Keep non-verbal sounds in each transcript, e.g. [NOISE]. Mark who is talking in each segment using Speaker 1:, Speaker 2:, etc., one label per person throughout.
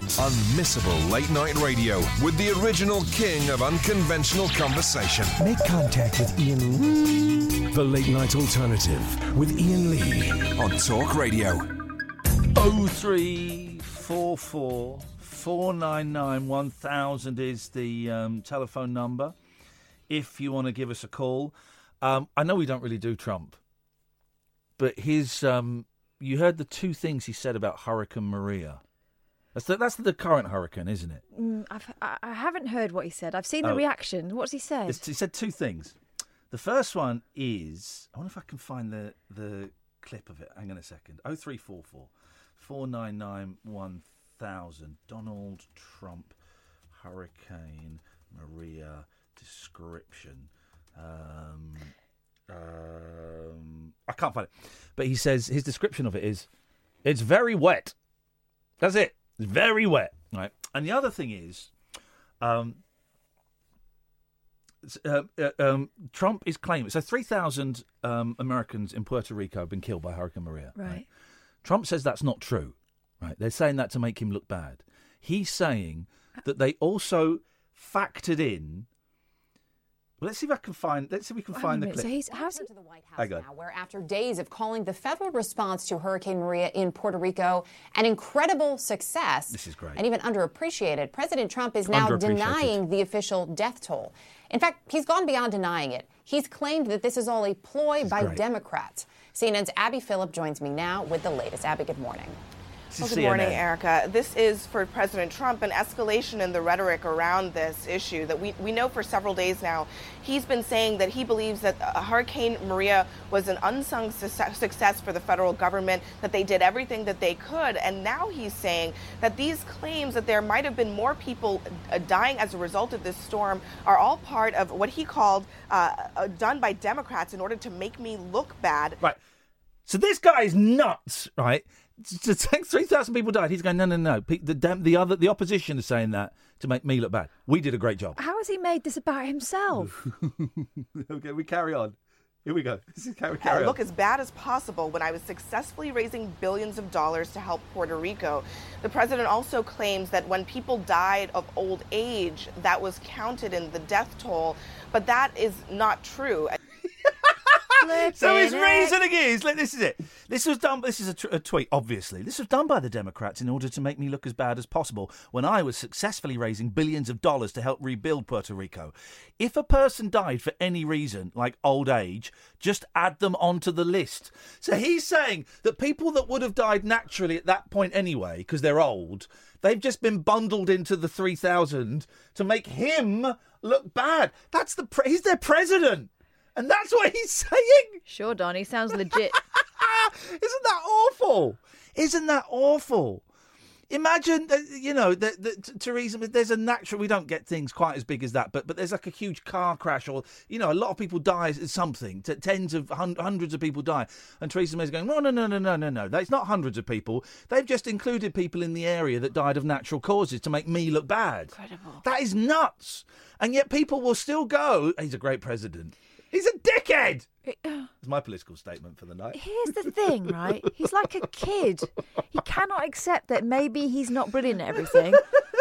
Speaker 1: Unmissable late night radio with the original king of unconventional conversation.
Speaker 2: Make contact with Ian Lee. The Late Night Alternative with Ian Lee.
Speaker 1: On Talk Radio.
Speaker 3: 0344 499 1000 is the um, telephone number if you want to give us a call. Um, I know we don't really do Trump, but his. Um, you heard the two things he said about Hurricane Maria. That's the, that's the current hurricane, isn't it?
Speaker 4: Mm, I've, I I haven't heard what he said. I've seen the
Speaker 3: Oh.
Speaker 4: reaction. What's he said?
Speaker 3: It's- he said two things. The first one is I wonder if I can find the the clip of it. Hang on a second. Oh three four four four nine nine one thousand. Donald Trump Hurricane Maria description. Um, um, I can't find it, but he says his description of it is it's very wet. That's it. It's very wet. Right. And the other thing is, um, s- uh, uh, um, Trump is claiming so three thousand um, Americans in Puerto Rico have been killed by Hurricane Maria.
Speaker 4: Right.
Speaker 3: Trump says that's not true. Right. They're saying that to make him look bad. He's saying that they also factored in. Well, let's see if I can find. Let's see if we can
Speaker 4: Hang
Speaker 3: find
Speaker 4: on a
Speaker 3: the
Speaker 4: minute.
Speaker 3: clip.
Speaker 4: So he's how's
Speaker 5: to the White House
Speaker 3: Hang on.
Speaker 5: now, where after days of calling the federal response to Hurricane Maria in Puerto Rico an incredible success,
Speaker 3: This is great.
Speaker 5: and even underappreciated, President Trump is now
Speaker 3: Underappreciated.
Speaker 5: denying the official death toll. In fact, he's gone beyond denying it. He's claimed that this is all a ploy by
Speaker 3: great.
Speaker 5: Democrats. CNN's Abby Phillip joins me now with the latest. Abby, good morning.
Speaker 3: This
Speaker 6: Well,
Speaker 3: is
Speaker 6: good morning,
Speaker 3: CNN.
Speaker 6: Erica. This is for President Trump an escalation in the rhetoric around this issue that we, we know for several days now. He's been saying that he believes that uh, Hurricane Maria was an unsung suce- success for the federal government, that they did everything that they could. And now he's saying that these claims that there might have been more people uh, dying as a result of this storm are all part of what he called uh, uh, done by Democrats in order to make me look bad.
Speaker 3: Right. So this guy is nuts, right? To think [LAUGHS] three thousand people died. He's going, no, no, no. Pe- The damn, the other, the opposition is saying that to make me look bad. We did a great job.
Speaker 4: How has he made this about himself?
Speaker 3: [LAUGHS] okay, we carry on. Here we go. [LAUGHS] This is carry,
Speaker 6: uh, look as bad as possible when I was successfully raising billions of dollars to help Puerto Rico. The president also claims that when people died of old age, that was counted in the death toll, but that is not true.
Speaker 3: Ah, So his
Speaker 4: Flippin' heck.
Speaker 3: reasoning is, like, this is it. This was done. This is a, tr- a tweet, obviously. This was done by the Democrats in order to make me look as bad as possible when I was successfully raising billions of dollars to help rebuild Puerto Rico. If a person died for any reason, like old age, just add them onto the list. So he's saying that people that would have died naturally at that point anyway, because they're old, they've just been bundled into the three thousand to make him look bad. That's the pre- he's their president. And that's what he's [LAUGHS] saying.
Speaker 4: Sure, Don. He
Speaker 3: [LAUGHS]
Speaker 4: sounds legit.
Speaker 3: Isn't that awful? Isn't that awful? Imagine that you know that, that Th- Theresa. There's a natural. We don't get things quite as big as that, but but there's like a huge car crash, or you know, a lot of people die. at Something. T- Tens of hun- hundreds of people die, and Theresa May's going, no, no, no, no, no, no, no. That's not hundreds of people. They've just included people in the area that died of natural causes to make me look bad. Incredible. That is nuts. And yet people will still go. He's a great president. He's a dickhead. It's my political statement for the night.
Speaker 4: Here's the thing, right? He's like a kid. He cannot accept that maybe he's not brilliant at everything.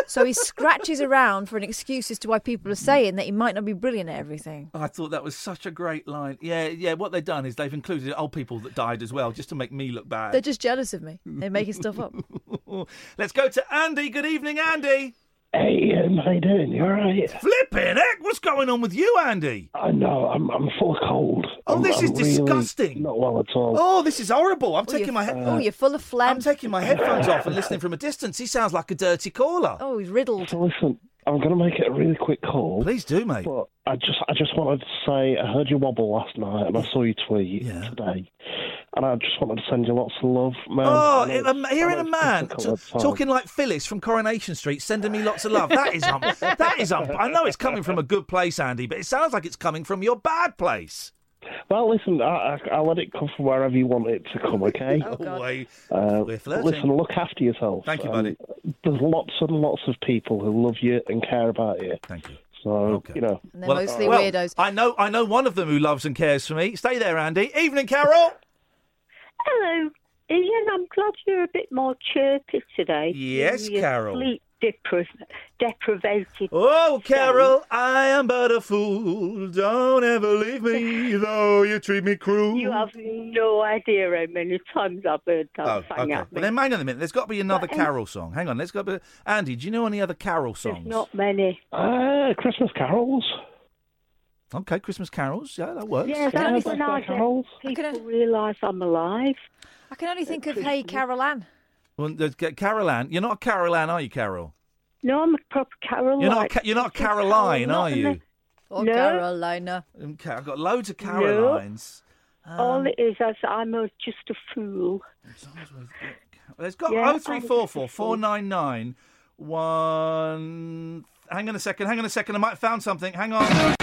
Speaker 4: So he scratches around for an excuse as to why people are saying that he might not be brilliant at everything.
Speaker 3: I thought that was such a great line. Yeah, yeah. What they've done is they've included old people that died as well, just to make me look [LAUGHS]
Speaker 4: They're
Speaker 3: bad.
Speaker 4: just jealous of me. They're making stuff
Speaker 3: [LAUGHS]
Speaker 4: up.
Speaker 3: Let's go to Andy. Good evening, Andy.
Speaker 7: Hey, Ian, how you doing? You all right?
Speaker 3: Flipping heck, what's going on with you, Andy?
Speaker 7: I know, I'm, I'm full of cold.
Speaker 3: Oh,
Speaker 7: I'm-
Speaker 3: this is
Speaker 7: I'm really
Speaker 3: disgusting.
Speaker 7: Not well at all.
Speaker 3: Oh, this is horrible. I'm
Speaker 4: you're-
Speaker 3: taking my head.
Speaker 4: Oh, you're full of phlegm.
Speaker 3: I'm taking my headphones off and listening from a distance. He sounds like a dirty caller.
Speaker 4: Oh, he's riddled.
Speaker 7: So listen, I'm going to make it a really quick call.
Speaker 3: Please do, mate.
Speaker 7: But I just, I just wanted to say, I heard you wobble last night, and I saw your tweet
Speaker 3: Yeah.
Speaker 7: today, and I just wanted to send you lots of love, man.
Speaker 3: Oh,
Speaker 7: I know
Speaker 3: it- um,
Speaker 7: it's- I
Speaker 3: hearing
Speaker 7: know
Speaker 3: a
Speaker 7: it's
Speaker 3: man
Speaker 7: difficult
Speaker 3: t-
Speaker 7: at times.
Speaker 3: talking like Phyllis from Coronation Street, sending me lots of love. That
Speaker 7: [LAUGHS]
Speaker 3: is, um, that is, um, I know it's coming from a good place, Andy, but it sounds like it's coming from your bad place.
Speaker 7: Well, listen, I, I, I'll let it come from wherever you want it to come,
Speaker 3: [LAUGHS]
Speaker 7: okay?
Speaker 3: Oh, wait.
Speaker 7: Uh,
Speaker 3: We're flirting.
Speaker 7: listen, look after yourself.
Speaker 3: Thank you,
Speaker 7: Um,
Speaker 3: buddy.
Speaker 7: there's lots and lots of people who love you and care about you.
Speaker 3: Thank you.
Speaker 7: So,
Speaker 3: Okay.
Speaker 7: you know,
Speaker 4: And they're mostly
Speaker 3: well,
Speaker 4: weirdos.
Speaker 3: I know, I know one of them who loves and cares for me. Stay there, Andy. Evening, Carol.
Speaker 8: Hello, Ian. I'm glad you're a bit more chirpy today.
Speaker 3: Yes,
Speaker 8: You're
Speaker 3: Carol.
Speaker 8: Sleep depri- deprivated.
Speaker 4: [LAUGHS]
Speaker 3: Oh, Carol, I am but a fool. Don't ever leave me, though you treat me cruel.
Speaker 8: You have no idea how many times I've heard that
Speaker 3: Oh,
Speaker 8: sang
Speaker 3: okay.
Speaker 8: at me.
Speaker 3: Well, then hang on a minute. There's got to be another
Speaker 8: But, um,
Speaker 3: Carol song. Hang on. Let's go. be- Andy, do you know any other Carol
Speaker 8: There's
Speaker 3: songs?
Speaker 8: not many.
Speaker 7: uh, Christmas carols.
Speaker 3: Okay, Christmas carols. Yeah, that works.
Speaker 8: Yeah,
Speaker 4: only
Speaker 8: that's
Speaker 4: think
Speaker 8: when I
Speaker 7: Christmas
Speaker 8: get
Speaker 7: carols.
Speaker 8: people realise I'm alive.
Speaker 4: I can only think of Hey Carol Ann.
Speaker 3: Well, there's Ca- Carol Ann. You're not a Carol Ann, are you, Carol?
Speaker 8: No, I'm a proper Caroline.
Speaker 3: You're not. A, Ca- you're not a
Speaker 8: Christmas
Speaker 3: Caroline,
Speaker 8: Carol,
Speaker 3: are
Speaker 8: not in
Speaker 3: you?
Speaker 4: Or
Speaker 8: No.
Speaker 4: Carolina.
Speaker 3: Um, Ca- I've got loads of Carolines. Um,
Speaker 8: the- All it is is I'm a, just a fool.
Speaker 3: There's got
Speaker 8: Yeah,
Speaker 3: oh three four four four nine nine one. Hang on a second. Hang on a second. I might have found something. Hang on.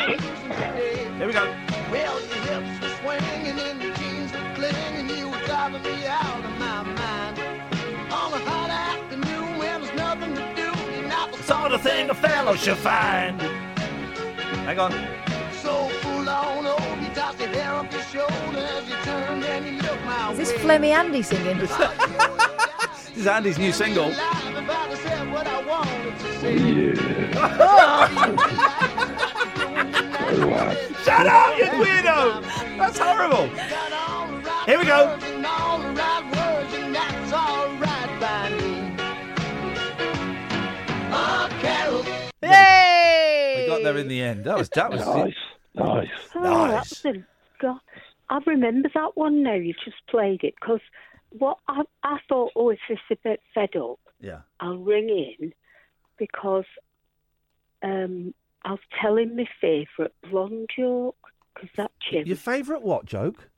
Speaker 3: Here we go. Sort of thing a fellow should find. Hang on.
Speaker 4: Is this Flemmy Andy singing?
Speaker 3: This is Andy's new single. Shut up, you weirdo! That's horrible. Here we go. We
Speaker 4: Hey!
Speaker 3: got there in the end. That was that was
Speaker 7: [LAUGHS] Nice, nice.
Speaker 8: Oh,
Speaker 3: Nice.
Speaker 8: that's a go- I remember that one now. You've just played it because what I, I thought, oh, if this a bit fed up,
Speaker 3: yeah.
Speaker 8: I'll ring in because um, I'll tell him my favourite blonde joke because that chick
Speaker 3: Your favourite what joke?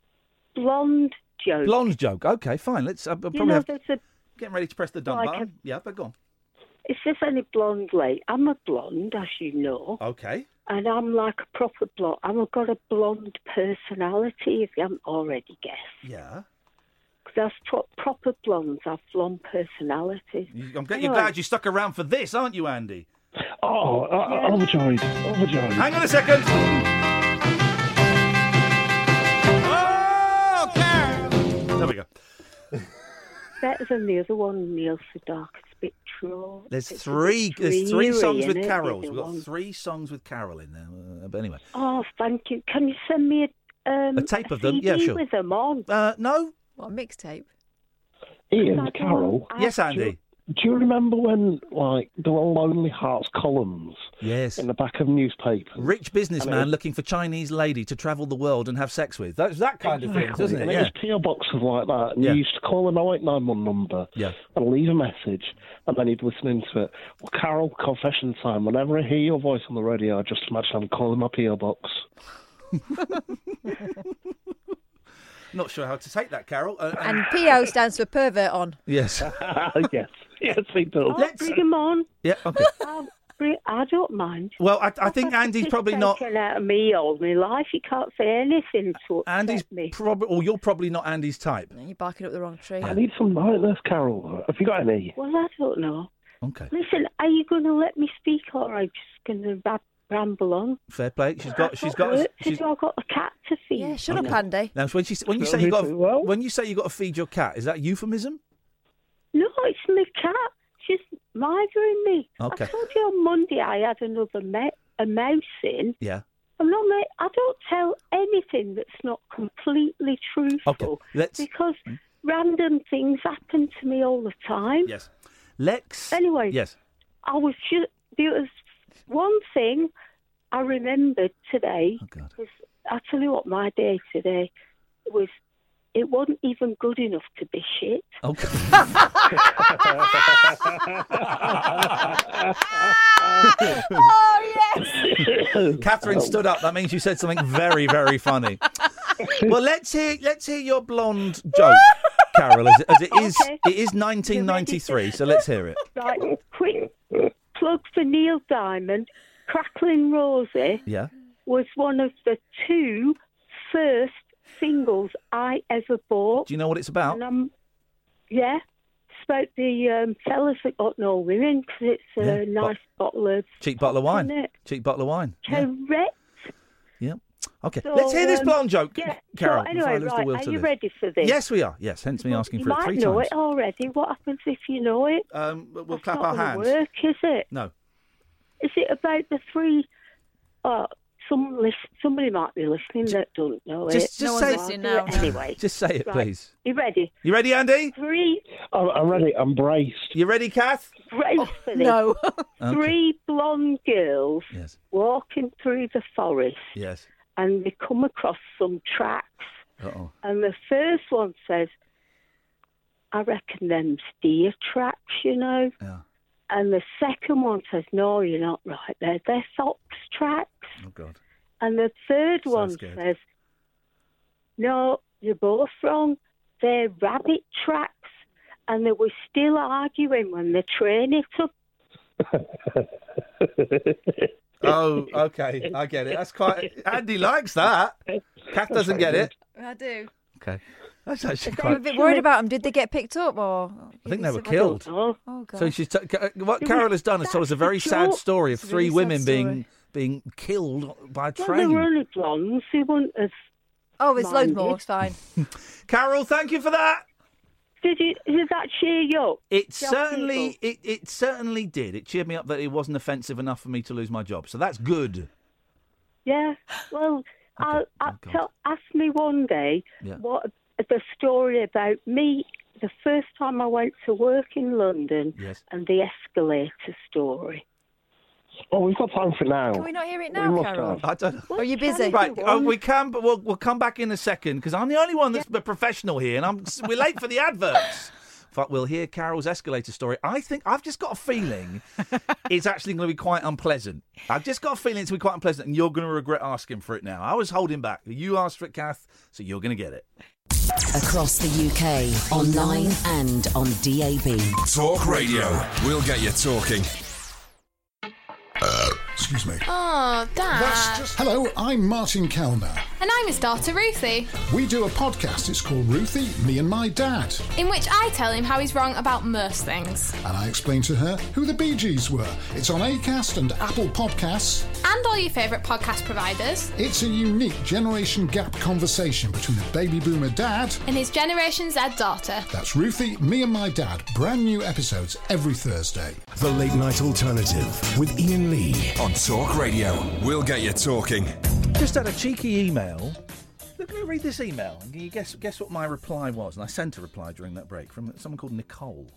Speaker 8: blonde joke.
Speaker 3: Blonde joke. Okay, fine. Let's. I'm probably
Speaker 8: you know,
Speaker 3: have,
Speaker 8: there's a.
Speaker 3: getting ready to press the done
Speaker 8: like
Speaker 3: button. Yeah, but go on.
Speaker 8: Is this any blonde late? I'm a blonde, as you know,
Speaker 3: Okay.
Speaker 8: and I'm like a proper blonde. I've got a blonde personality, if you haven't already guessed.
Speaker 3: Yeah.
Speaker 8: Because pro- proper blondes have blonde personalities.
Speaker 3: You- I'm, glad- you're
Speaker 8: Anyway,
Speaker 3: glad you stuck around for this, aren't you, Andy?
Speaker 7: Oh, I, I- overjoyed, overjoyed.
Speaker 3: Hang on a second. Oh, Carol. There we go.
Speaker 8: Better than the other one, Neil Sedaka. It's a bit true.
Speaker 3: There's three. There's three songs with carols. We've got
Speaker 8: three.
Speaker 3: three songs with Carol in there. Uh, but anyway,
Speaker 8: Oh, thank you. Can you send me a, um,
Speaker 3: A tape of them?
Speaker 8: CD
Speaker 3: Yeah, sure.
Speaker 8: With them on.
Speaker 3: uh, no.
Speaker 4: What, a mixtape?
Speaker 7: Ian,
Speaker 8: Like,
Speaker 7: Carol,
Speaker 8: oh,
Speaker 3: Yes,
Speaker 8: I-
Speaker 3: Andy.
Speaker 7: do you remember when, like, there were Lonely Hearts columns
Speaker 3: Yes.
Speaker 7: in the back of newspapers?
Speaker 3: Rich businessman
Speaker 7: Hello.
Speaker 3: looking for Chinese lady to travel the world and have sex with. That's that kind of thing, doesn't it?
Speaker 7: And
Speaker 3: Yeah.
Speaker 7: was PO boxes like that, and
Speaker 3: Yeah.
Speaker 7: you used to call an 0891 number
Speaker 3: Yeah.
Speaker 7: and leave a message, and then he'd listen into it. Well, Carol, confession time. Whenever I hear your voice on the radio, I just imagine I'm calling my PO box. [LAUGHS]
Speaker 3: [LAUGHS] Not sure how to take that, Carol. Uh, and-
Speaker 4: And PO stands for pervert on.
Speaker 3: yes.
Speaker 7: Ah, yes, [LAUGHS] yes, he does.
Speaker 8: I'll
Speaker 3: Let's-
Speaker 8: Oh,
Speaker 3: uh,
Speaker 8: bring them on.
Speaker 3: Yeah. Okay.
Speaker 8: I'll bring, I don't mind.
Speaker 3: Well, I, I [LAUGHS]
Speaker 8: I've
Speaker 3: think
Speaker 8: had the
Speaker 3: Andy's
Speaker 8: piss
Speaker 3: probably not.
Speaker 8: taken out of me all my life. You can't say anything to upset
Speaker 3: Andy's
Speaker 8: me.
Speaker 3: probably, or you're probably not Andy's type.
Speaker 4: No, You're barking up the wrong tree.
Speaker 7: I need some lightness, Carol. Have you got any?
Speaker 8: Well, I don't know.
Speaker 3: Okay.
Speaker 8: Listen, are you going to let me speak, or are you just going to rab- ramble on?
Speaker 3: Fair play. She's
Speaker 8: I've
Speaker 3: got. She's got.
Speaker 8: work to
Speaker 3: She's,
Speaker 8: do. I've got a cat to feed.
Speaker 4: Yeah, shut up, Andy.
Speaker 3: now, when she when you
Speaker 7: Well,
Speaker 3: say you
Speaker 7: we
Speaker 3: got
Speaker 7: do well.
Speaker 3: when you say you got to feed your cat, is that euphemism?
Speaker 8: No, it's my cat. She's murdering me.
Speaker 3: Okay.
Speaker 8: I told you on Monday I had another me- a mouse in.
Speaker 3: Yeah.
Speaker 8: I'm not. Ma- I don't tell anything that's not completely truthful.
Speaker 3: let's-
Speaker 8: Because random things happen to me all the time.
Speaker 3: Yes. Lex.
Speaker 8: Anyway.
Speaker 3: Yes.
Speaker 8: I was just there was one thing I remembered today.
Speaker 3: Oh God.
Speaker 8: Was, I tell you what, my day today was it wasn't even good enough to be shit.
Speaker 3: Oh, [LAUGHS]
Speaker 8: [LAUGHS] Oh.
Speaker 3: Catherine stood up. That means you said something very, very
Speaker 8: [LAUGHS]
Speaker 3: funny. well, let's hear let's hear your blonde joke, Carol. As, as it is,
Speaker 8: Okay.
Speaker 3: it is 1993, so let's hear it.
Speaker 8: Right, quick plug for Neil Diamond. Crackling Rosie
Speaker 3: Yeah.
Speaker 8: was one of the two first singles I ever bought.
Speaker 3: Do you know what it's about?
Speaker 8: And um, yeah, it's about the um, fellas that got no women because it's
Speaker 3: Yeah,
Speaker 8: a nice bottle of
Speaker 3: Cheap bottle of
Speaker 8: isn't
Speaker 3: wine.
Speaker 8: it?
Speaker 3: Cheap bottle of wine. Yeah.
Speaker 8: correct.
Speaker 3: yeah. Okay.
Speaker 8: So,
Speaker 3: let's hear this
Speaker 8: um,
Speaker 3: blonde joke,
Speaker 8: Yeah.
Speaker 3: Carol.
Speaker 8: So
Speaker 3: before I
Speaker 8: anyway,
Speaker 3: lose the
Speaker 8: right,
Speaker 3: will
Speaker 8: are
Speaker 3: to
Speaker 8: you
Speaker 3: live.
Speaker 8: ready for this?
Speaker 3: Yes, we are. Yes, hence me asking
Speaker 8: You
Speaker 3: for it
Speaker 8: might
Speaker 3: three
Speaker 8: know
Speaker 3: times.
Speaker 8: it already. What happens if you know it?
Speaker 3: Um, but we'll
Speaker 8: That's
Speaker 3: clap
Speaker 8: not
Speaker 3: our
Speaker 8: gonna
Speaker 3: hands.
Speaker 8: Work is it?
Speaker 3: No.
Speaker 8: Is it about the three? Uh, some list, somebody might be listening that don't know
Speaker 3: Just,
Speaker 8: it.
Speaker 3: just
Speaker 4: one's
Speaker 3: say
Speaker 4: listening
Speaker 3: it.
Speaker 4: now.
Speaker 8: But anyway,
Speaker 3: [LAUGHS] Just say it,
Speaker 8: Right.
Speaker 3: please.
Speaker 8: you ready?
Speaker 3: You ready, Andy?
Speaker 8: Three
Speaker 7: I'm, I'm ready. I'm braced. [LAUGHS]
Speaker 3: You ready, Kath?
Speaker 8: brace for this.
Speaker 4: Oh, No.
Speaker 3: Okay.
Speaker 8: Three blonde girls
Speaker 3: Yes.
Speaker 8: walking through the forest,
Speaker 3: Yes.
Speaker 8: and they come across some tracks.
Speaker 3: Uh oh.
Speaker 8: And the first one says, I reckon them's deer tracks, you know.
Speaker 3: Yeah.
Speaker 8: And the second one says, No, you're not right there. They're fox tracks.
Speaker 3: Oh God.
Speaker 8: And the third
Speaker 3: So
Speaker 8: one
Speaker 3: scared.
Speaker 8: says, No, you're both wrong. They're rabbit tracks. And they were still arguing when the train hit up.
Speaker 3: Oh, [LAUGHS] okay. I get it. That's quite. Andy likes that. Kath doesn't get it.
Speaker 4: I do.
Speaker 3: Okay. That's actually
Speaker 4: I'm a
Speaker 3: quite.
Speaker 4: bit worried about them. Did they get picked up or?
Speaker 3: I think they were
Speaker 4: Is it-
Speaker 3: killed.
Speaker 8: Oh,
Speaker 4: Oh god.
Speaker 3: So she's t- ca- uh, what Carol has done is told us a very
Speaker 8: That's a
Speaker 3: sad
Speaker 8: joke.
Speaker 3: story of
Speaker 4: It's a
Speaker 3: three
Speaker 4: really sad
Speaker 3: women being
Speaker 4: story.
Speaker 3: being killed by a
Speaker 8: well, they were
Speaker 3: train.
Speaker 8: only blondes. They wouldn't have.
Speaker 4: oh, it's loads
Speaker 8: minded.
Speaker 4: more. It's fine.
Speaker 3: Carol, thank you for that.
Speaker 8: Did, you, did that cheer you up?
Speaker 3: It
Speaker 8: Just
Speaker 3: certainly
Speaker 8: people.
Speaker 3: it, it certainly did. It cheered me up that it wasn't offensive enough for me to lose my job. So that's good.
Speaker 8: Yeah. Well, I'll, I'll
Speaker 3: Oh, God.
Speaker 8: tell, ask me one day
Speaker 3: Yeah.
Speaker 8: what the story about me the first time I went to work in London
Speaker 3: Yes.
Speaker 8: and the escalator story.
Speaker 7: Oh, we've got time for now.
Speaker 4: Can we not hear it
Speaker 7: We
Speaker 4: now,
Speaker 7: must
Speaker 4: Carol?
Speaker 7: have.
Speaker 3: I don't know.
Speaker 4: Or are you busy?
Speaker 3: Right, oh, we [LAUGHS] can, but we'll we'll come back in a second because I'm the only one that's a professional here, and I'm we're late for the adverts. But we'll hear Carol's escalator story. I think I've just got a feeling it's actually going to be quite unpleasant. I've just got a feeling it's going to be quite unpleasant, and you're going to regret asking for it now. I was holding back. You asked for it, Kath, so you're going to get it.
Speaker 9: Across the UK, online and on DAB.
Speaker 1: Talk radio. We'll get you talking. excuse me.
Speaker 10: Oh, Dad.
Speaker 2: Hello, I'm Martin Kellner.
Speaker 10: And I'm his daughter, Ruthie,
Speaker 2: We do a podcast. It's called Ruthie, Me and My Dad.
Speaker 10: in which I tell him how he's wrong about most things.
Speaker 2: And I explain to her who the Bee Gees were. It's on ACAST and Apple Podcasts.
Speaker 10: And all your favourite podcast providers.
Speaker 2: It's a unique generation gap conversation between a baby boomer dad.
Speaker 10: And his Generation Z daughter.
Speaker 2: That's Ruthie, Me and My Dad. Brand new episodes every Thursday. The Late Night Alternative with Ian Lee.
Speaker 1: On Talk radio. We'll get you talking.
Speaker 3: Just had a cheeky email. Look, let me read this email. And you guess guess what my reply was? And I sent a reply during that break from someone called Nicole.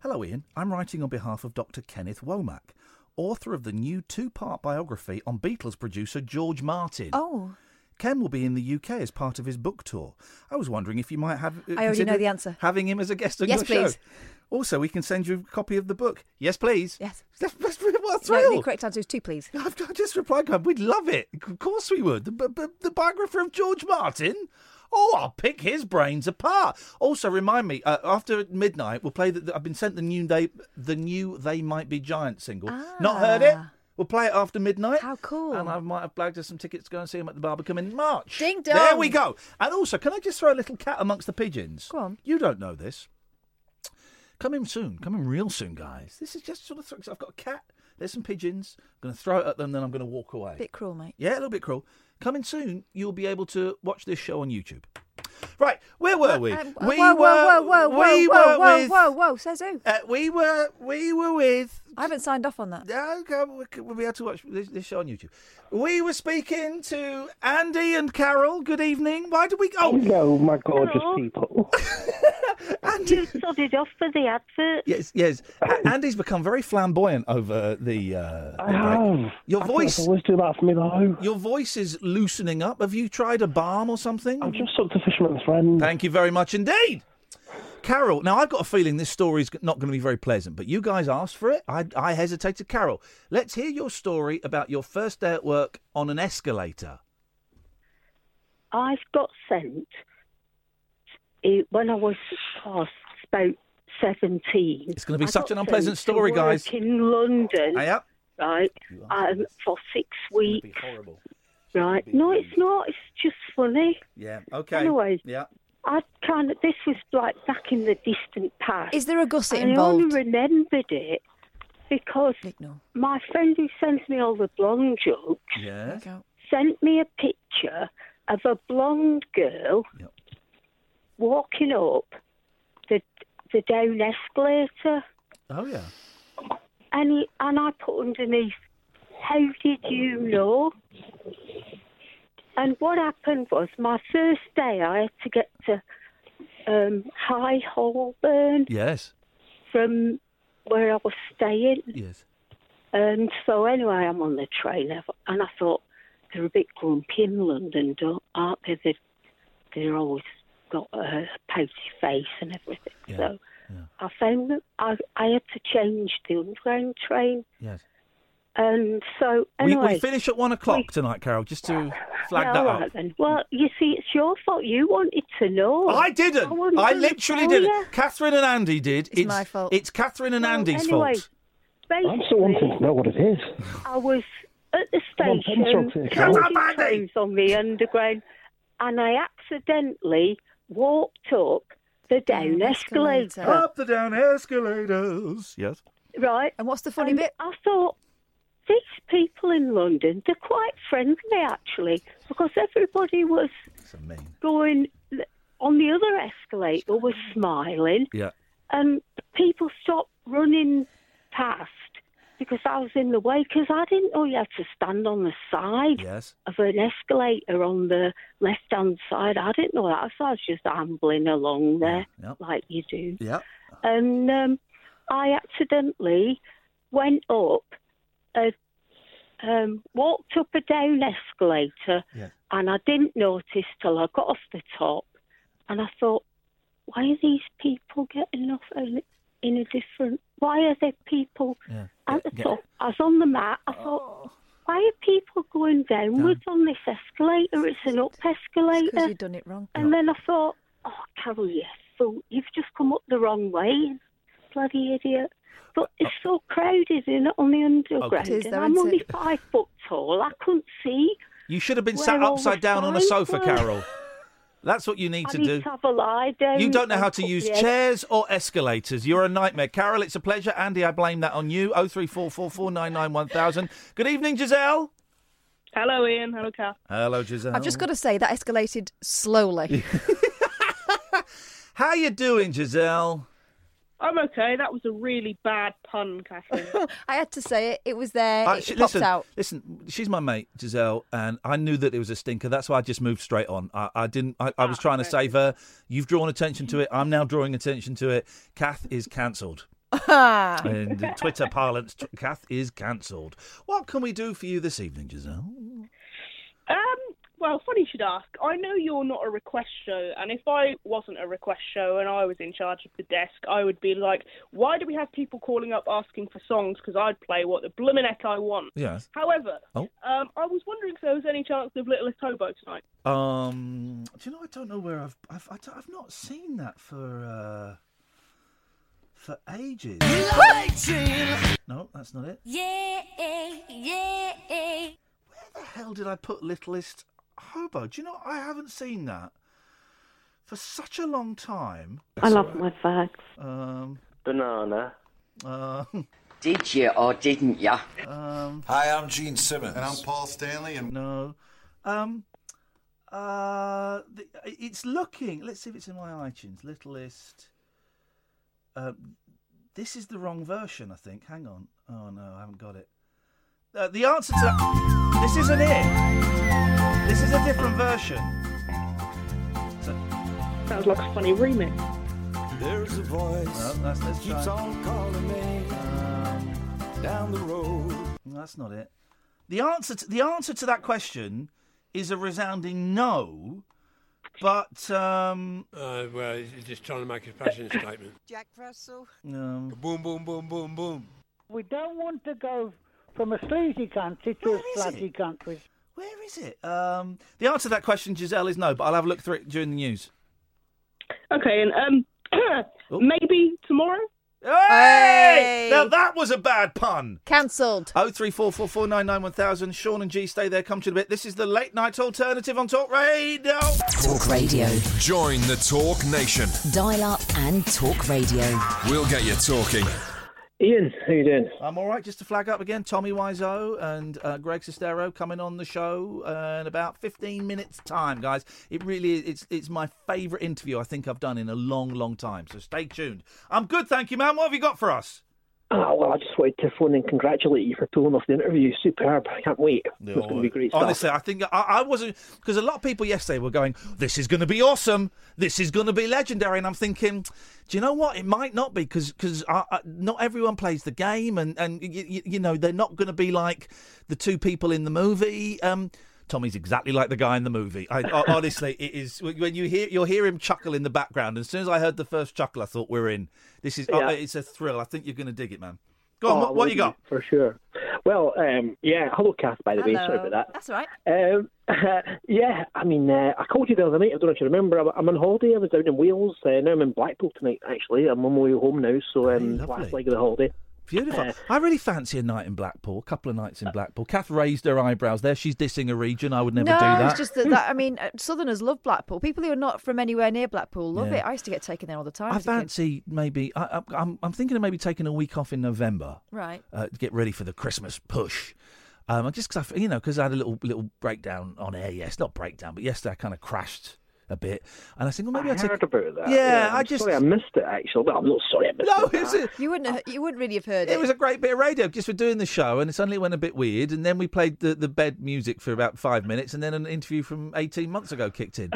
Speaker 3: Hello, Ian. I'm writing on behalf of Dr. Kenneth Womack, author of the new two-part biography on Beatles producer George Martin.
Speaker 4: Oh,
Speaker 3: Ken will be in the UK as part of his book tour. I was wondering if you might have. uh,
Speaker 4: I already know
Speaker 3: considered
Speaker 4: the answer.
Speaker 3: Having him as a guest on
Speaker 4: Yes,
Speaker 3: your show.
Speaker 4: please.
Speaker 3: Also, we can send you a copy of the book. Yes, please.
Speaker 4: Yes.
Speaker 3: That's, that's, what a thrill.
Speaker 4: no, the correct answer is two, please.
Speaker 3: [LAUGHS] I've I've just replied, going, we'd love it. Of course we would. The, bi- bi- the biographer of George Martin? Oh, I'll pick his brains apart. Also, remind me, uh, after midnight, we'll play the, the- I've been sent the new, they, the new They Might Be Giant single. Not heard it?
Speaker 4: Ah.
Speaker 3: We'll play it after midnight.
Speaker 4: How cool.
Speaker 3: And I might have blagged us some tickets to go and see him at the Barbican in March.
Speaker 4: Ding
Speaker 3: There
Speaker 4: dong.
Speaker 3: we go. And also, can I just throw a little cat amongst the pigeons?
Speaker 4: Go on.
Speaker 3: You don't know this. Come in soon. Come in real soon, guys. This is just sort of. Th- I've got a cat. There's some pigeons. I'm going to throw it at them, then I'm going to walk away.
Speaker 4: Bit cruel, mate.
Speaker 3: Yeah, a little bit cruel. Coming soon, you'll be able to watch this show on YouTube. Right, where were we?
Speaker 4: Um,
Speaker 3: we
Speaker 4: whoa, whoa, whoa,
Speaker 3: were-
Speaker 4: whoa, whoa,
Speaker 3: we
Speaker 4: whoa,
Speaker 3: were
Speaker 4: whoa,
Speaker 3: with-
Speaker 4: whoa, whoa, says who?
Speaker 3: Uh, we were, we were with.
Speaker 4: I haven't signed off on that.
Speaker 3: Okay, we c- we'll be able to watch this, this show on YouTube. We were speaking to Andy and Carol. Good evening. Why did we? Oh,
Speaker 7: Hello, my gorgeous
Speaker 3: Hello.
Speaker 7: people.
Speaker 3: Andy.
Speaker 8: sodded off for the advert.
Speaker 3: Yes, yes. A- Andy's become very flamboyant over the. Uh,
Speaker 7: I
Speaker 3: the break.
Speaker 7: have.
Speaker 3: Your
Speaker 7: I
Speaker 3: voice-
Speaker 7: thought Always do that for me, though.
Speaker 3: Your voice is loosening up. Have you tried a balm or something?
Speaker 7: I've just sucked a fisherman's friend.
Speaker 3: Thank you very much indeed. Carol, now I've got a feeling this story's not going to be very pleasant, but you guys asked for it. I, I hesitated. Carol, let's hear your story about your first day at work on an escalator.
Speaker 8: I've got sent eh, when I was past about 17.
Speaker 3: It's going to be
Speaker 8: I
Speaker 3: such
Speaker 8: got
Speaker 3: an unpleasant
Speaker 8: sent to
Speaker 3: story,
Speaker 8: work
Speaker 3: guys.
Speaker 8: In London.
Speaker 3: Hey, up.
Speaker 8: Right. Um, for six weeks.
Speaker 3: horrible.
Speaker 8: Right. No, it's not. It's just funny.
Speaker 3: Yeah. Okay.
Speaker 8: Anyway.
Speaker 3: Yeah.
Speaker 8: I kind of this was like back in the distant past.
Speaker 4: Is there a gusset
Speaker 8: And I
Speaker 4: involved?
Speaker 8: only remembered it because my friend who sends me all the blonde jokes
Speaker 3: Yeah.
Speaker 8: sent me a picture of a blonde girl walking up the the down escalator,
Speaker 3: Oh, yeah.
Speaker 8: and he, and I put underneath, "How did you know?" And what happened was my first day I had to get to um, High Holborn
Speaker 3: Yes.
Speaker 8: from where I was staying.
Speaker 3: Yes.
Speaker 8: And so anyway, I'm on the train, and I thought they're a bit grumpy in London, don't, aren't they? They're, they're always got a pouty face and everything. So I found that I, I had to change the underground train,
Speaker 3: Yes.
Speaker 8: and Um, so anyway,
Speaker 3: we, we finish at one o'clock tonight, Carol, just to flag
Speaker 8: Yeah,
Speaker 3: that
Speaker 8: all
Speaker 3: up.
Speaker 8: right then. Well, you see, it's your fault. You wanted to know.
Speaker 3: I didn't.
Speaker 8: wasn't
Speaker 3: I,
Speaker 8: gonna
Speaker 3: literally
Speaker 8: tell
Speaker 3: didn't.
Speaker 8: you.
Speaker 3: Catherine and Andy did. It's,
Speaker 8: my fault.
Speaker 3: It's Catherine and
Speaker 8: Well,
Speaker 3: Andy's
Speaker 8: anyway,
Speaker 3: fault.
Speaker 8: Basically,
Speaker 7: I'm still wanting to know what it is.
Speaker 8: I was at the
Speaker 7: Come on,
Speaker 8: station
Speaker 7: Pom, talk to you, Carol.
Speaker 8: counting times on the underground, and I accidentally walked up
Speaker 4: Oh,
Speaker 8: the down escalator.
Speaker 3: Up the down escalators. Yes.
Speaker 8: Right.
Speaker 4: And what's the funny bit?
Speaker 8: I thought these people in London, they're quite friendly actually, because everybody was going on the other escalator was smiling,
Speaker 3: Yeah.
Speaker 8: and people stopped running past because I was in the way because I didn't know you had to stand on the side
Speaker 3: Yes.
Speaker 8: of an escalator on the left hand side. I didn't know that, so I was just ambling along there
Speaker 3: Yep.
Speaker 8: like you do.
Speaker 3: Yeah.
Speaker 8: And um, I accidentally went up, a, um, walked up a down escalator,
Speaker 3: Yeah.
Speaker 8: and I didn't notice till I got off the top. And I thought, why are these people getting off in, in a different? Why are there people
Speaker 3: Yeah.
Speaker 8: at the
Speaker 3: get-
Speaker 8: top? I was on the mat. I thought,
Speaker 3: Oh.
Speaker 8: why are people going downwards on this escalator? It's an up
Speaker 4: Because
Speaker 8: escalator.
Speaker 4: you've done it wrong.
Speaker 8: And then I thought, oh, Carol, you fool, you've just come up the wrong way, bloody idiot. But it's so crowded in on
Speaker 3: Oh,
Speaker 8: the underground,
Speaker 4: It is,
Speaker 8: and
Speaker 4: though,
Speaker 8: I'm
Speaker 4: isn't
Speaker 8: only
Speaker 3: [LAUGHS]
Speaker 4: it?
Speaker 8: five foot tall. I couldn't see.
Speaker 3: You should have been
Speaker 8: Where
Speaker 3: sat
Speaker 8: all the
Speaker 3: upside down on a
Speaker 8: signs
Speaker 3: sofa,
Speaker 8: were.
Speaker 3: Carol. That's what you need
Speaker 8: I
Speaker 3: to
Speaker 8: need
Speaker 3: do.
Speaker 8: to have a lie down.
Speaker 3: You don't know how to
Speaker 8: and
Speaker 3: use
Speaker 8: put the es-
Speaker 3: chairs or escalators. You're a nightmare. Carol, it's a pleasure. Andy, I blame that on you. Oh three four four four nine nine one thousand. Good evening, Giselle.
Speaker 11: Hello, Ian. Hello, Kath.
Speaker 3: Hello, Giselle.
Speaker 4: I've just got to say that escalated slowly.
Speaker 3: How you doing, Giselle?
Speaker 11: I'm okay. That was a really bad pun,
Speaker 8: [LAUGHS]
Speaker 11: Catherine.
Speaker 4: [LAUGHS] I had to say it. It was there.
Speaker 3: Uh,
Speaker 4: it
Speaker 3: sh-
Speaker 4: popped
Speaker 3: listen, [LAUGHS]
Speaker 4: out. [LAUGHS]
Speaker 3: listen. She's my mate, Giselle, and I knew that it was a stinker. That's why I just moved straight on. I, I didn't. I,
Speaker 4: Ah,
Speaker 3: I was trying to save her. You've drawn attention to it. I'm now drawing attention to it. Kath is
Speaker 4: [LAUGHS]
Speaker 3: cancelled. In the Twitter parlance, t- Kath is cancelled. What can we do for you this evening, Giselle?
Speaker 11: Um, well, funny you should ask. I know you're not a request show, and if I wasn't a request show and I was in charge of the desk, I would be like, why do we have people calling up asking for songs? Because I'd play what the blooming heck I want.
Speaker 3: Yes.
Speaker 11: However,
Speaker 3: Oh.
Speaker 11: um, I was wondering if there was any chance of Littlest Hobo tonight.
Speaker 3: Um, do you know? I don't know where I've I've I don't, I've not seen that for uh, for ages. No, that's not it.
Speaker 12: Yeah, yeah,
Speaker 3: the hell did I put Littlest Hobo? Do you know I haven't seen that for such a long time.
Speaker 8: I love my fags.
Speaker 3: Um,
Speaker 13: Banana.
Speaker 3: uh,
Speaker 13: Um, [LAUGHS] Did you or didn't you?
Speaker 3: um,
Speaker 14: Hi, I'm Gene Simmons.
Speaker 3: And I'm
Speaker 14: Paul Stanley. And
Speaker 3: no, um, Uh, the, it's looking. Let's see if it's in my iTunes Littlest. Uh, this is the wrong version, I think. Hang on. Oh no, I haven't got it. Uh, the answer to that. This isn't it. This is a different version. So,
Speaker 11: Sounds like a funny remix.
Speaker 3: There's a voice
Speaker 11: keeps on calling me
Speaker 3: down the road. That's not it. The answer to, the answer to that question is a resounding no, but um,
Speaker 14: Uh, well, he's just trying to make a passion statement.
Speaker 15: Jack Russell.
Speaker 3: um
Speaker 14: Boom, boom, boom, boom, boom.
Speaker 15: We don't want to go from a sleazy country to a slutty country.
Speaker 3: Where is it? um, the answer to that question, Giselle, is no. But I'll have a look through it during the news.
Speaker 11: Okay, [CLEARS THROAT] and um, maybe tomorrow.
Speaker 3: Hey! Now that was a bad pun.
Speaker 4: Cancelled.
Speaker 3: Oh three four four four nine nine one thousand. Sean and G stay there. Come to the bit. This is the late night alternative on Talk Radio.
Speaker 9: Talk Radio.
Speaker 1: Join the Talk Nation.
Speaker 9: Dial up and talk radio.
Speaker 1: We'll get you talking.
Speaker 3: Ian, how you doing? I'm all right. Just to flag up again, Tommy Wiseau and uh, Greg Sestero coming on the show uh, in about 15 minutes' time, guys. It really is. It's, it's my favourite interview I think I've done in a long, long time. So stay tuned. I'm good, thank you, man. What have you got for us?
Speaker 16: Ah, well, I just wanted to phone and congratulate you for pulling off the interview. Superb. I can't wait. it's going to be great stuff.
Speaker 3: Honestly, I think I, I wasn't because a lot of people yesterday were going, "This is going to be awesome. This is going to be legendary." And I'm thinking, do you know what? It might not be because I, I, not everyone plays the game, and and y- y- you know they're not going to be like the two people in the movie. Um, Tommy's exactly like the guy in the movie. I, ho- honestly, it is when when you hear you'll hear him chuckle in the background. As soon as I heard the first chuckle, I thought we're in. This is
Speaker 16: Yeah.
Speaker 3: uh, it's a thrill. I think you're going to dig it, man. Go on,
Speaker 16: Oh,
Speaker 3: what, what you
Speaker 16: will
Speaker 3: got?
Speaker 16: do, For sure. Well, um, yeah. Hello, Kath, by the way. Sorry
Speaker 4: Hello.
Speaker 16: about that.
Speaker 4: That's all right.
Speaker 16: Um, [LAUGHS] yeah, I mean, uh, I called you the other night. I don't know if you remember. I, I'm on holiday. I was down in Wales. Uh, now I'm in Blackpool tonight, actually. I'm on my way home now, so um, last leg of the holiday.
Speaker 3: Beautiful.
Speaker 4: [LAUGHS]
Speaker 16: Uh,
Speaker 3: I really fancy a night in Blackpool, a couple of nights in Blackpool. Kath raised her eyebrows there. She's dissing a region. I would never
Speaker 4: no,
Speaker 3: do that.
Speaker 4: it's just that,
Speaker 3: [LAUGHS]
Speaker 4: that I mean, uh, Southerners love Blackpool. People who are not from anywhere near Blackpool love
Speaker 3: Yeah.
Speaker 4: it. I used to get taken there all the time.
Speaker 3: I
Speaker 4: as a kid.
Speaker 3: fancy maybe. I, I, I'm, I'm thinking of maybe taking a week off in November.
Speaker 4: Right.
Speaker 3: Uh, to get ready for the Christmas push. Um, and just because I, you know, 'cause I had a little little breakdown on air. Yes, not breakdown, but yesterday I kind of crashed a bit, and I think, well, maybe
Speaker 16: I
Speaker 3: I'll take.
Speaker 16: heard about that.
Speaker 3: Yeah,
Speaker 16: I'm
Speaker 3: I just-
Speaker 16: sorry I missed it. Actually, well, I'm not sorry I missed
Speaker 3: [LAUGHS] No,
Speaker 16: it.
Speaker 3: it's a-
Speaker 4: You wouldn't. have- You wouldn't really have heard it.
Speaker 3: It was a great bit of radio just for doing the show, and it suddenly went a bit weird. And then we played the, the bed music for about five minutes, and then an interview from 18 months ago kicked in.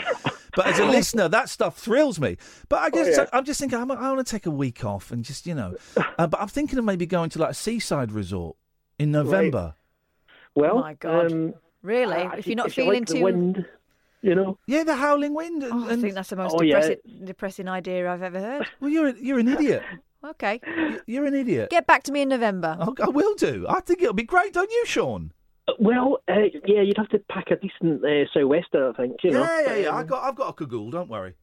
Speaker 3: But
Speaker 4: [LAUGHS]
Speaker 3: as a listener, that stuff thrills me. But
Speaker 4: Oh,
Speaker 3: I guess
Speaker 16: yeah.
Speaker 3: I'm just thinking, I'm, I want to take a week off and just, you know. Uh, but I'm thinking of maybe going to like a seaside resort in November.
Speaker 16: Well,
Speaker 4: my God.
Speaker 16: um,
Speaker 4: really?
Speaker 16: uh,
Speaker 4: if you're not
Speaker 16: you
Speaker 4: feeling
Speaker 16: like the
Speaker 4: too.
Speaker 16: wind, you know.
Speaker 3: Yeah, the howling wind. And,
Speaker 4: I think that's the most
Speaker 16: Oh, yeah.
Speaker 4: depressing, depressing idea I've ever heard.
Speaker 3: Well, you're, a- you're an idiot.
Speaker 4: [LAUGHS] Okay.
Speaker 3: You're an idiot.
Speaker 4: Get back to me in November.
Speaker 3: I, I will do. I think it'll be great, don't you, Sean?
Speaker 16: Well, uh, yeah, you'd have to pack a decent uh, sou'wester, I think. You know.
Speaker 3: yeah, yeah, yeah.
Speaker 16: Um,
Speaker 3: I
Speaker 16: [LAUGHS]
Speaker 3: got, I've got a cagoule, don't worry.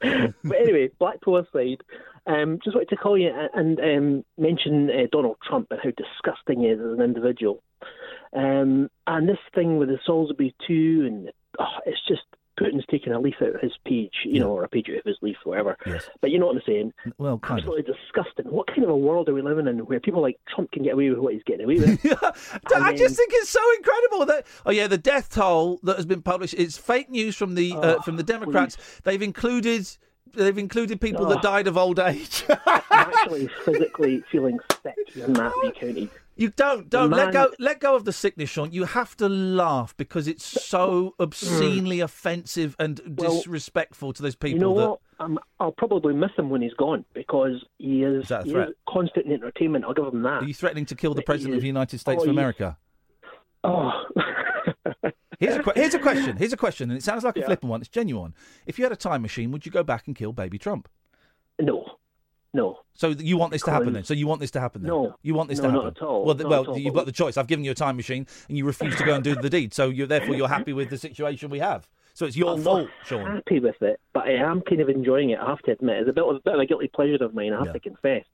Speaker 16: but anyway, Blackpool aside, um, just wanted to call you a- and um, mention uh, Donald Trump and how disgusting he is as an individual. Um, and this thing with the Salisbury 2, and oh, it's just Putin's taking a leaf out of his page, you know, or a page out of his leaf, whatever. But you know what I'm saying?
Speaker 3: Well, kind of.
Speaker 16: Absolutely disgusting. What kind of a world are we living in where people like Trump can get away with what he's getting
Speaker 3: [LAUGHS]
Speaker 16: away with?
Speaker 3: I just think it's so incredible that oh yeah, the death toll that has been published is fake news from the
Speaker 16: Oh,
Speaker 3: uh, from the Democrats. They've included they've included people
Speaker 16: Oh.
Speaker 3: that died of old age. [LAUGHS]
Speaker 16: I'm actually physically feeling sick in that be counted.
Speaker 3: you don't don't let
Speaker 16: Man.
Speaker 3: go let go of the sickness, Sean. You have to laugh because it's so obscenely offensive and
Speaker 16: Mm. Well,
Speaker 3: disrespectful to those people.
Speaker 16: You know
Speaker 3: that,
Speaker 16: what? Um, I'll probably miss him when he's gone because he is,
Speaker 3: that a
Speaker 16: he
Speaker 3: threat?
Speaker 16: is constant entertainment. I'll give him that.
Speaker 3: Are you threatening to kill the president of the United States
Speaker 16: oh,
Speaker 3: of
Speaker 16: you-
Speaker 3: America?
Speaker 16: Oh, [LAUGHS]
Speaker 3: Here's a, que- here's a question. Here's a question, and it sounds like a
Speaker 16: [LAUGHS] Yeah.
Speaker 3: flippant one. It's genuine. If you had a time machine, would you go back and kill baby Trump?
Speaker 16: No, no.
Speaker 3: So th- you want this to happen
Speaker 16: Because-
Speaker 3: then? So you want this to happen then?
Speaker 16: No.
Speaker 3: You want this
Speaker 16: No,
Speaker 3: to
Speaker 16: not
Speaker 3: happen?
Speaker 16: at all.
Speaker 3: Well, th-
Speaker 16: Not
Speaker 3: well,
Speaker 16: at all.
Speaker 3: you've got the choice. I've given you a time machine, and you refuse to go and do the deed. So you're therefore you're happy with the situation we have. So it's your
Speaker 16: I'm
Speaker 3: fault,
Speaker 16: not
Speaker 3: Sean.
Speaker 16: happy with it, but I am kind of enjoying it. I have to admit, it's a bit of, a, bit of a guilty pleasure of mine. I have to confess.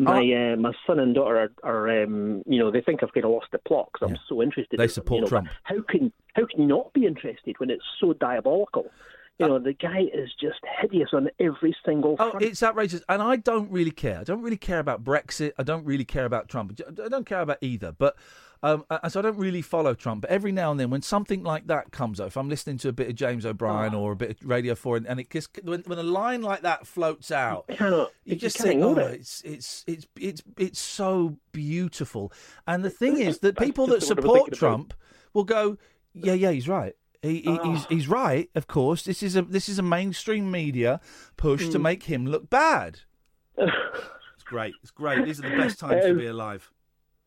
Speaker 3: Oh.
Speaker 16: My uh, my son and daughter are, are um, you know they think I've kind of lost the plot because I'm so interested.
Speaker 3: They
Speaker 16: in them,
Speaker 3: support
Speaker 16: you know.
Speaker 3: Trump.
Speaker 16: How can how can you not be interested when it's so diabolical? You know, the guy is just hideous on every single
Speaker 3: Uh, Oh,
Speaker 16: front.
Speaker 3: it's outrageous. And I don't really care. I don't really care about Brexit. I don't really care about Trump. I don't care about either. But um, uh, so I don't really follow Trump. But every now and then, when something like that comes up, if I'm listening to a bit of James O'Brien
Speaker 16: Oh.
Speaker 3: or a bit of Radio 4, and, and it just, when, when a line like that floats out,
Speaker 16: cannot-
Speaker 3: you
Speaker 16: you
Speaker 3: just
Speaker 16: can't
Speaker 3: think, oh,
Speaker 16: ignore it."
Speaker 3: it's, it's, it's, it's, it's so beautiful. And the thing is that
Speaker 16: That's
Speaker 3: people that
Speaker 16: just what I was
Speaker 3: support
Speaker 16: thinking about.
Speaker 3: Trump will go, yeah, yeah, he's right. He, he,
Speaker 16: Ah.
Speaker 3: he's, he's right, of course. This is a this is a mainstream media push to
Speaker 16: Mm.
Speaker 3: make him look bad.
Speaker 16: [LAUGHS]
Speaker 3: it's great. It's great. These are the best times to
Speaker 16: Um,
Speaker 3: be alive.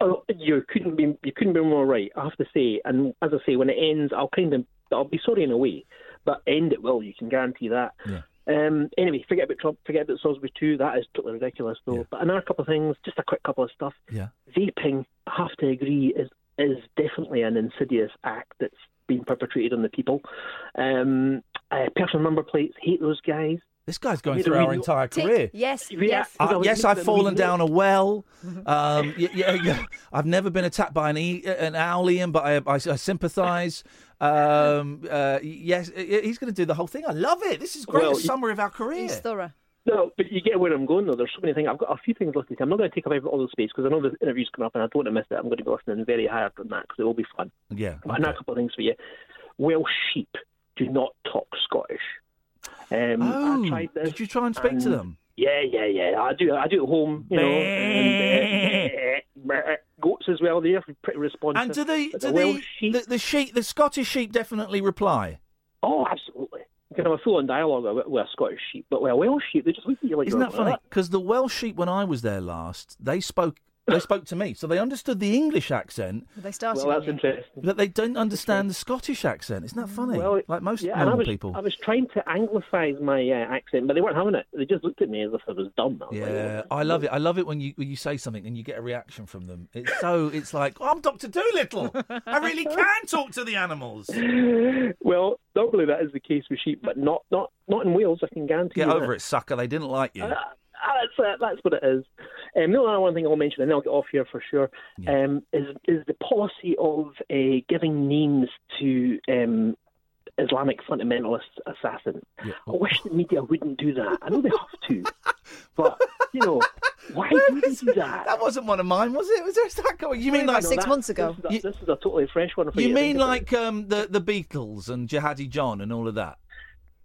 Speaker 16: Oh, you couldn't be you couldn't be more right. I have to say, and as I say, when it ends, I'll kind of I'll be sorry in a way, but end it will. You can guarantee that.
Speaker 3: Yeah.
Speaker 16: Um, anyway, forget about Trump, forget about Salisbury too. That is totally ridiculous, though. But another couple of things, just a quick couple of stuff.
Speaker 3: Yeah.
Speaker 16: Vaping, I have to agree, is is definitely an insidious act that's being perpetrated on the people. Um, uh, personal number plates, hate those guys.
Speaker 3: This guy's going through our entire
Speaker 16: [LAUGHS]
Speaker 3: career.
Speaker 4: Yes,
Speaker 16: Yeah.
Speaker 4: yes.
Speaker 3: Uh,
Speaker 16: Because I was
Speaker 3: yes,
Speaker 16: looking
Speaker 3: I've
Speaker 16: at the
Speaker 3: fallen
Speaker 16: remote.
Speaker 3: down a
Speaker 16: [LAUGHS]
Speaker 3: well. Um, yeah, yeah, yeah. I've never been attacked by an, e- an alien, but I, I, I sympathise. Um, uh, yes, he- he's going to do the whole thing. I love it. This is great.
Speaker 16: Well,
Speaker 3: a
Speaker 16: you-
Speaker 3: summary of our career.
Speaker 4: He's thorough.
Speaker 16: No, but you get where I'm going though. There's so many things. I've got a few things listed. I'm not going to take up every- all the space because I know the interview's coming up and I don't want to miss it. I'm going to be listening very hard on that because it will be fun.
Speaker 3: Yeah.
Speaker 16: But another couple of things for you. Welsh sheep do not talk Scottish. Um,
Speaker 3: Oh,
Speaker 16: I tried this.
Speaker 3: Did you try and speak to them?
Speaker 16: Yeah, yeah, yeah. I do. I do at home. You know, and, uh, goats as well. They're pretty responsive.
Speaker 3: And do the
Speaker 16: But
Speaker 3: do
Speaker 16: the
Speaker 3: the,
Speaker 16: Welsh
Speaker 3: the the sheep the Scottish sheep definitely reply?
Speaker 16: Oh, absolutely. You can have a full-on dialogue with, with a Scottish sheep, but with a Welsh sheep, they just look at you like.
Speaker 3: Isn't
Speaker 16: you're-
Speaker 3: that funny? Because the Welsh sheep, when I was there last, they spoke they spoke to me, so they understood the English accent,
Speaker 4: They started.
Speaker 16: Well,
Speaker 4: on
Speaker 16: that's
Speaker 4: you.
Speaker 16: interesting.
Speaker 3: but they don't understand the Scottish accent. Isn't that funny?
Speaker 16: Well,
Speaker 3: like most
Speaker 16: Yeah, and I
Speaker 3: normal
Speaker 16: was,
Speaker 3: people.
Speaker 16: I was trying to anglicise my uh, accent, but they weren't having it. They just looked at me as if I was dumb. I was like,
Speaker 3: yeah, I love it. I love it when you when you say something and you get a reaction from them. It's so it's like "Oh, I'm Doctor Doolittle. I really
Speaker 16: [LAUGHS]
Speaker 3: can talk to the animals.
Speaker 16: well, [LAUGHS] normally that is the case with sheep, but not not not in Wales. I can guarantee.
Speaker 3: Get
Speaker 16: you
Speaker 3: over
Speaker 16: that.
Speaker 3: it, sucker. They didn't like you.
Speaker 16: Ah, That's uh, that's what it is. Um, the only one thing I'll mention, and then I'll get off here for sure, um, is is the policy of uh, giving names to um, Islamic fundamentalist assassins. I wish the media wouldn't do that. I know they have
Speaker 3: [LAUGHS]
Speaker 16: to, but you know, why do they do that?
Speaker 3: That wasn't one of mine, was it? Was there that going? You mean
Speaker 4: About
Speaker 3: like
Speaker 4: six months ago.
Speaker 16: This is, a, this is a totally fresh one for you.
Speaker 3: You
Speaker 16: to think
Speaker 3: mean
Speaker 16: about.
Speaker 3: like um, the the Beatles and Jihadi John and all of that?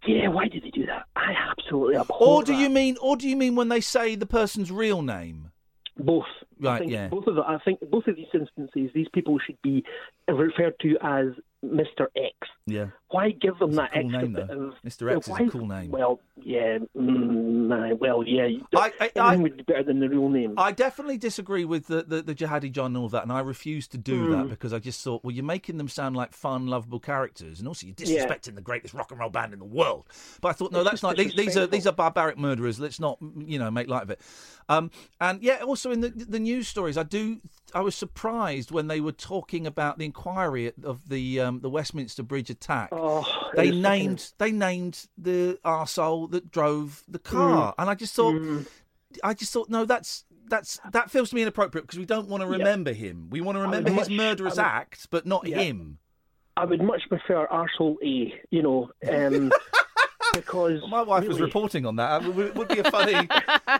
Speaker 16: Yeah, why do they do that? I absolutely abhor
Speaker 3: Or do
Speaker 16: that.
Speaker 3: you mean or do you mean when they say the person's real name?
Speaker 16: Both. I
Speaker 3: Right,
Speaker 16: think
Speaker 3: yeah.
Speaker 16: Both of the, I think both of these instances, these people should be referred to as Mr. X.
Speaker 3: Yeah.
Speaker 16: Why give them that
Speaker 3: cool
Speaker 16: extra
Speaker 3: name,
Speaker 16: bit
Speaker 3: though.
Speaker 16: of
Speaker 3: Mr. X
Speaker 16: Yeah,
Speaker 3: is
Speaker 16: why-
Speaker 3: a cool name.
Speaker 16: Well, yeah, mm, aye, well, yeah. you-
Speaker 3: I- I-
Speaker 16: everything
Speaker 3: I-
Speaker 16: would be better than the real name.
Speaker 3: I definitely disagree with the, the, the jihadi John and all that, and I refused to do that
Speaker 16: Mm.
Speaker 3: because I just thought, well, you're making them sound like fun, lovable characters, and also you're
Speaker 16: Yeah.
Speaker 3: disrespecting the greatest rock and roll band in the world. But I thought, no, that's not. These, these are these are barbaric murderers. Let's not, you know, make light of it. Um, and yeah, also in the the news stories, I do. I was surprised when they were talking about the inquiry of the um, the Westminster Bridge attack.
Speaker 16: Oh,
Speaker 3: they
Speaker 16: it was fucking-
Speaker 3: named they named the arsehole that drove the car,
Speaker 16: Mm.
Speaker 3: and I just thought, I just thought, no, that's that's that feels to me inappropriate because we don't want to remember him. We want to remember his
Speaker 16: much-
Speaker 3: murderous
Speaker 16: I would-
Speaker 3: act, but not
Speaker 16: Yeah.
Speaker 3: him.
Speaker 16: I would much prefer Arsehole A, you know,
Speaker 3: [LAUGHS]
Speaker 16: um, because.
Speaker 3: My wife was
Speaker 16: really-
Speaker 3: reporting on that. It would- it would be a
Speaker 16: [LAUGHS]
Speaker 3: funny.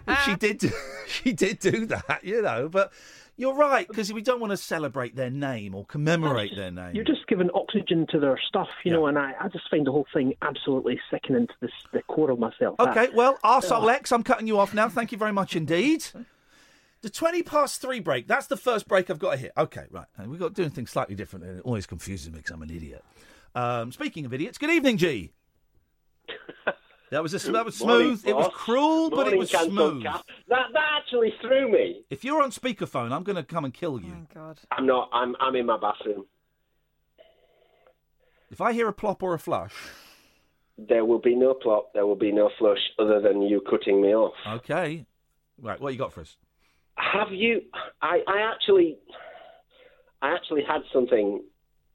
Speaker 3: if she did. do- [LAUGHS] She did do that, you know. But you're right because we don't want to celebrate their name or commemorate their name.
Speaker 16: You're just giving oxygen to their stuff, you know, and I, I just find the whole thing absolutely sickening to this, the core of myself. That-
Speaker 3: Okay, well, arsehole X, I'm cutting you off now. Thank you very much indeed. The 20 past three break, that's the first break I've got to hit. Okay, right. And We've got doing things slightly different, and it always confuses me because I'm an idiot. Um, speaking of idiots, good evening,
Speaker 16: [LAUGHS]
Speaker 3: G. That was, a, that was
Speaker 17: Morning,
Speaker 3: smooth. it was
Speaker 17: boss.
Speaker 3: cruel, but it
Speaker 17: Morning,
Speaker 3: was
Speaker 17: Canton
Speaker 3: smooth.
Speaker 17: Cap. That, that actually threw me.
Speaker 3: If you're on speakerphone, I'm going to come and kill you.
Speaker 4: Oh, God.
Speaker 17: I'm not. I'm. I'm in my bathroom.
Speaker 3: If I hear a plop or a flush,
Speaker 17: There will be no plop. There will be no flush other than you cutting me off.
Speaker 3: Uh. okay. Right, what you got for us?
Speaker 17: Have you? I. I actually. I actually had something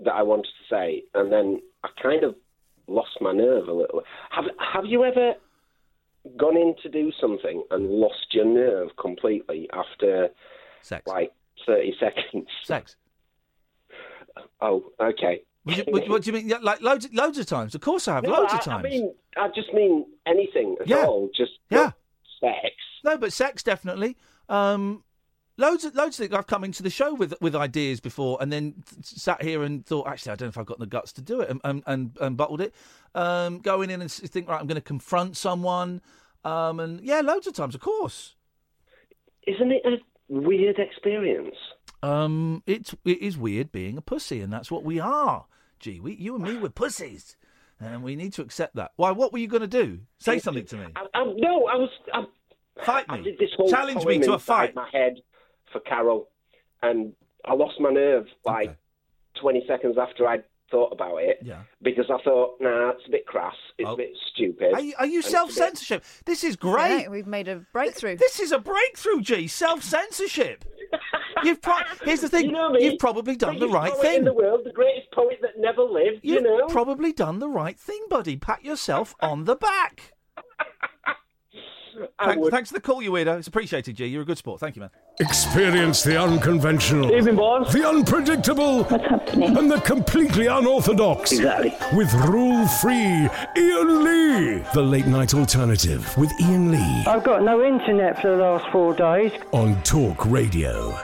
Speaker 17: that I wanted to say, and then I kind of lost my nerve a little. Have Have you ever gone in to do something and lost your nerve completely after,
Speaker 3: Sex.
Speaker 17: [LAUGHS] like thirty seconds?
Speaker 3: Sex.
Speaker 17: Oh, okay.
Speaker 3: What do you, what, what do you mean? Yeah, Like loads, loads of times. Of course, I have
Speaker 16: No,
Speaker 3: loads
Speaker 16: I,
Speaker 3: of times.
Speaker 16: I mean, I just mean anything at
Speaker 3: Yeah.
Speaker 16: all. Just
Speaker 3: yeah,
Speaker 16: sex.
Speaker 3: No, but sex definitely. Um, loads of loads of things. I've come into the show with with ideas before, and then th- sat here and thought, actually, I don't know if I've got the guts to do it, and and and, and bottled it. Um, going in and s- think, right, I'm going to confront someone. Um, and yeah, loads of times, of course.
Speaker 16: Isn't it a weird experience?
Speaker 3: Um, it's it is weird being a pussy, and that's what we are. Gee, we you and me, we're pussies, and we need to accept that. Why? What were you going to do? Say something to me.
Speaker 16: I, I, no, I was. I,
Speaker 3: fight
Speaker 16: me. I did this whole
Speaker 3: Challenge me
Speaker 16: poem
Speaker 3: to a
Speaker 16: inside
Speaker 3: fight.
Speaker 16: My head for Carol, and I lost my nerve like twenty seconds after I thought about it.
Speaker 3: Yeah. Oh.
Speaker 16: Because I thought, nah, it's a bit crass. It's a bit stupid.
Speaker 3: Are you, are
Speaker 16: and
Speaker 3: you
Speaker 16: it's a bit-
Speaker 3: self censorship? This is great.
Speaker 4: Yeah, we've made a breakthrough.
Speaker 3: This is a breakthrough, G. Self censorship. You've pro- here's the thing. You have probably done the
Speaker 16: Biggest
Speaker 3: right
Speaker 16: poet
Speaker 3: thing.
Speaker 16: in the world, the greatest poet that never lived.
Speaker 3: You've
Speaker 16: you know.
Speaker 3: probably done the right thing, buddy. Pat yourself on the back.
Speaker 16: I
Speaker 3: Thanks,
Speaker 16: would.
Speaker 3: thanks for the call, you weirdo. It's appreciated, G. You're a good sport. Thank you, man.
Speaker 2: Experience the unconventional.
Speaker 3: Evening,
Speaker 2: boss. The unpredictable. And the completely unorthodox.
Speaker 3: Exactly.
Speaker 2: With rule free Ian Lee. The late night alternative with Ian Lee
Speaker 8: Uh, I've got no internet for the last four days.
Speaker 2: on Talk Radio.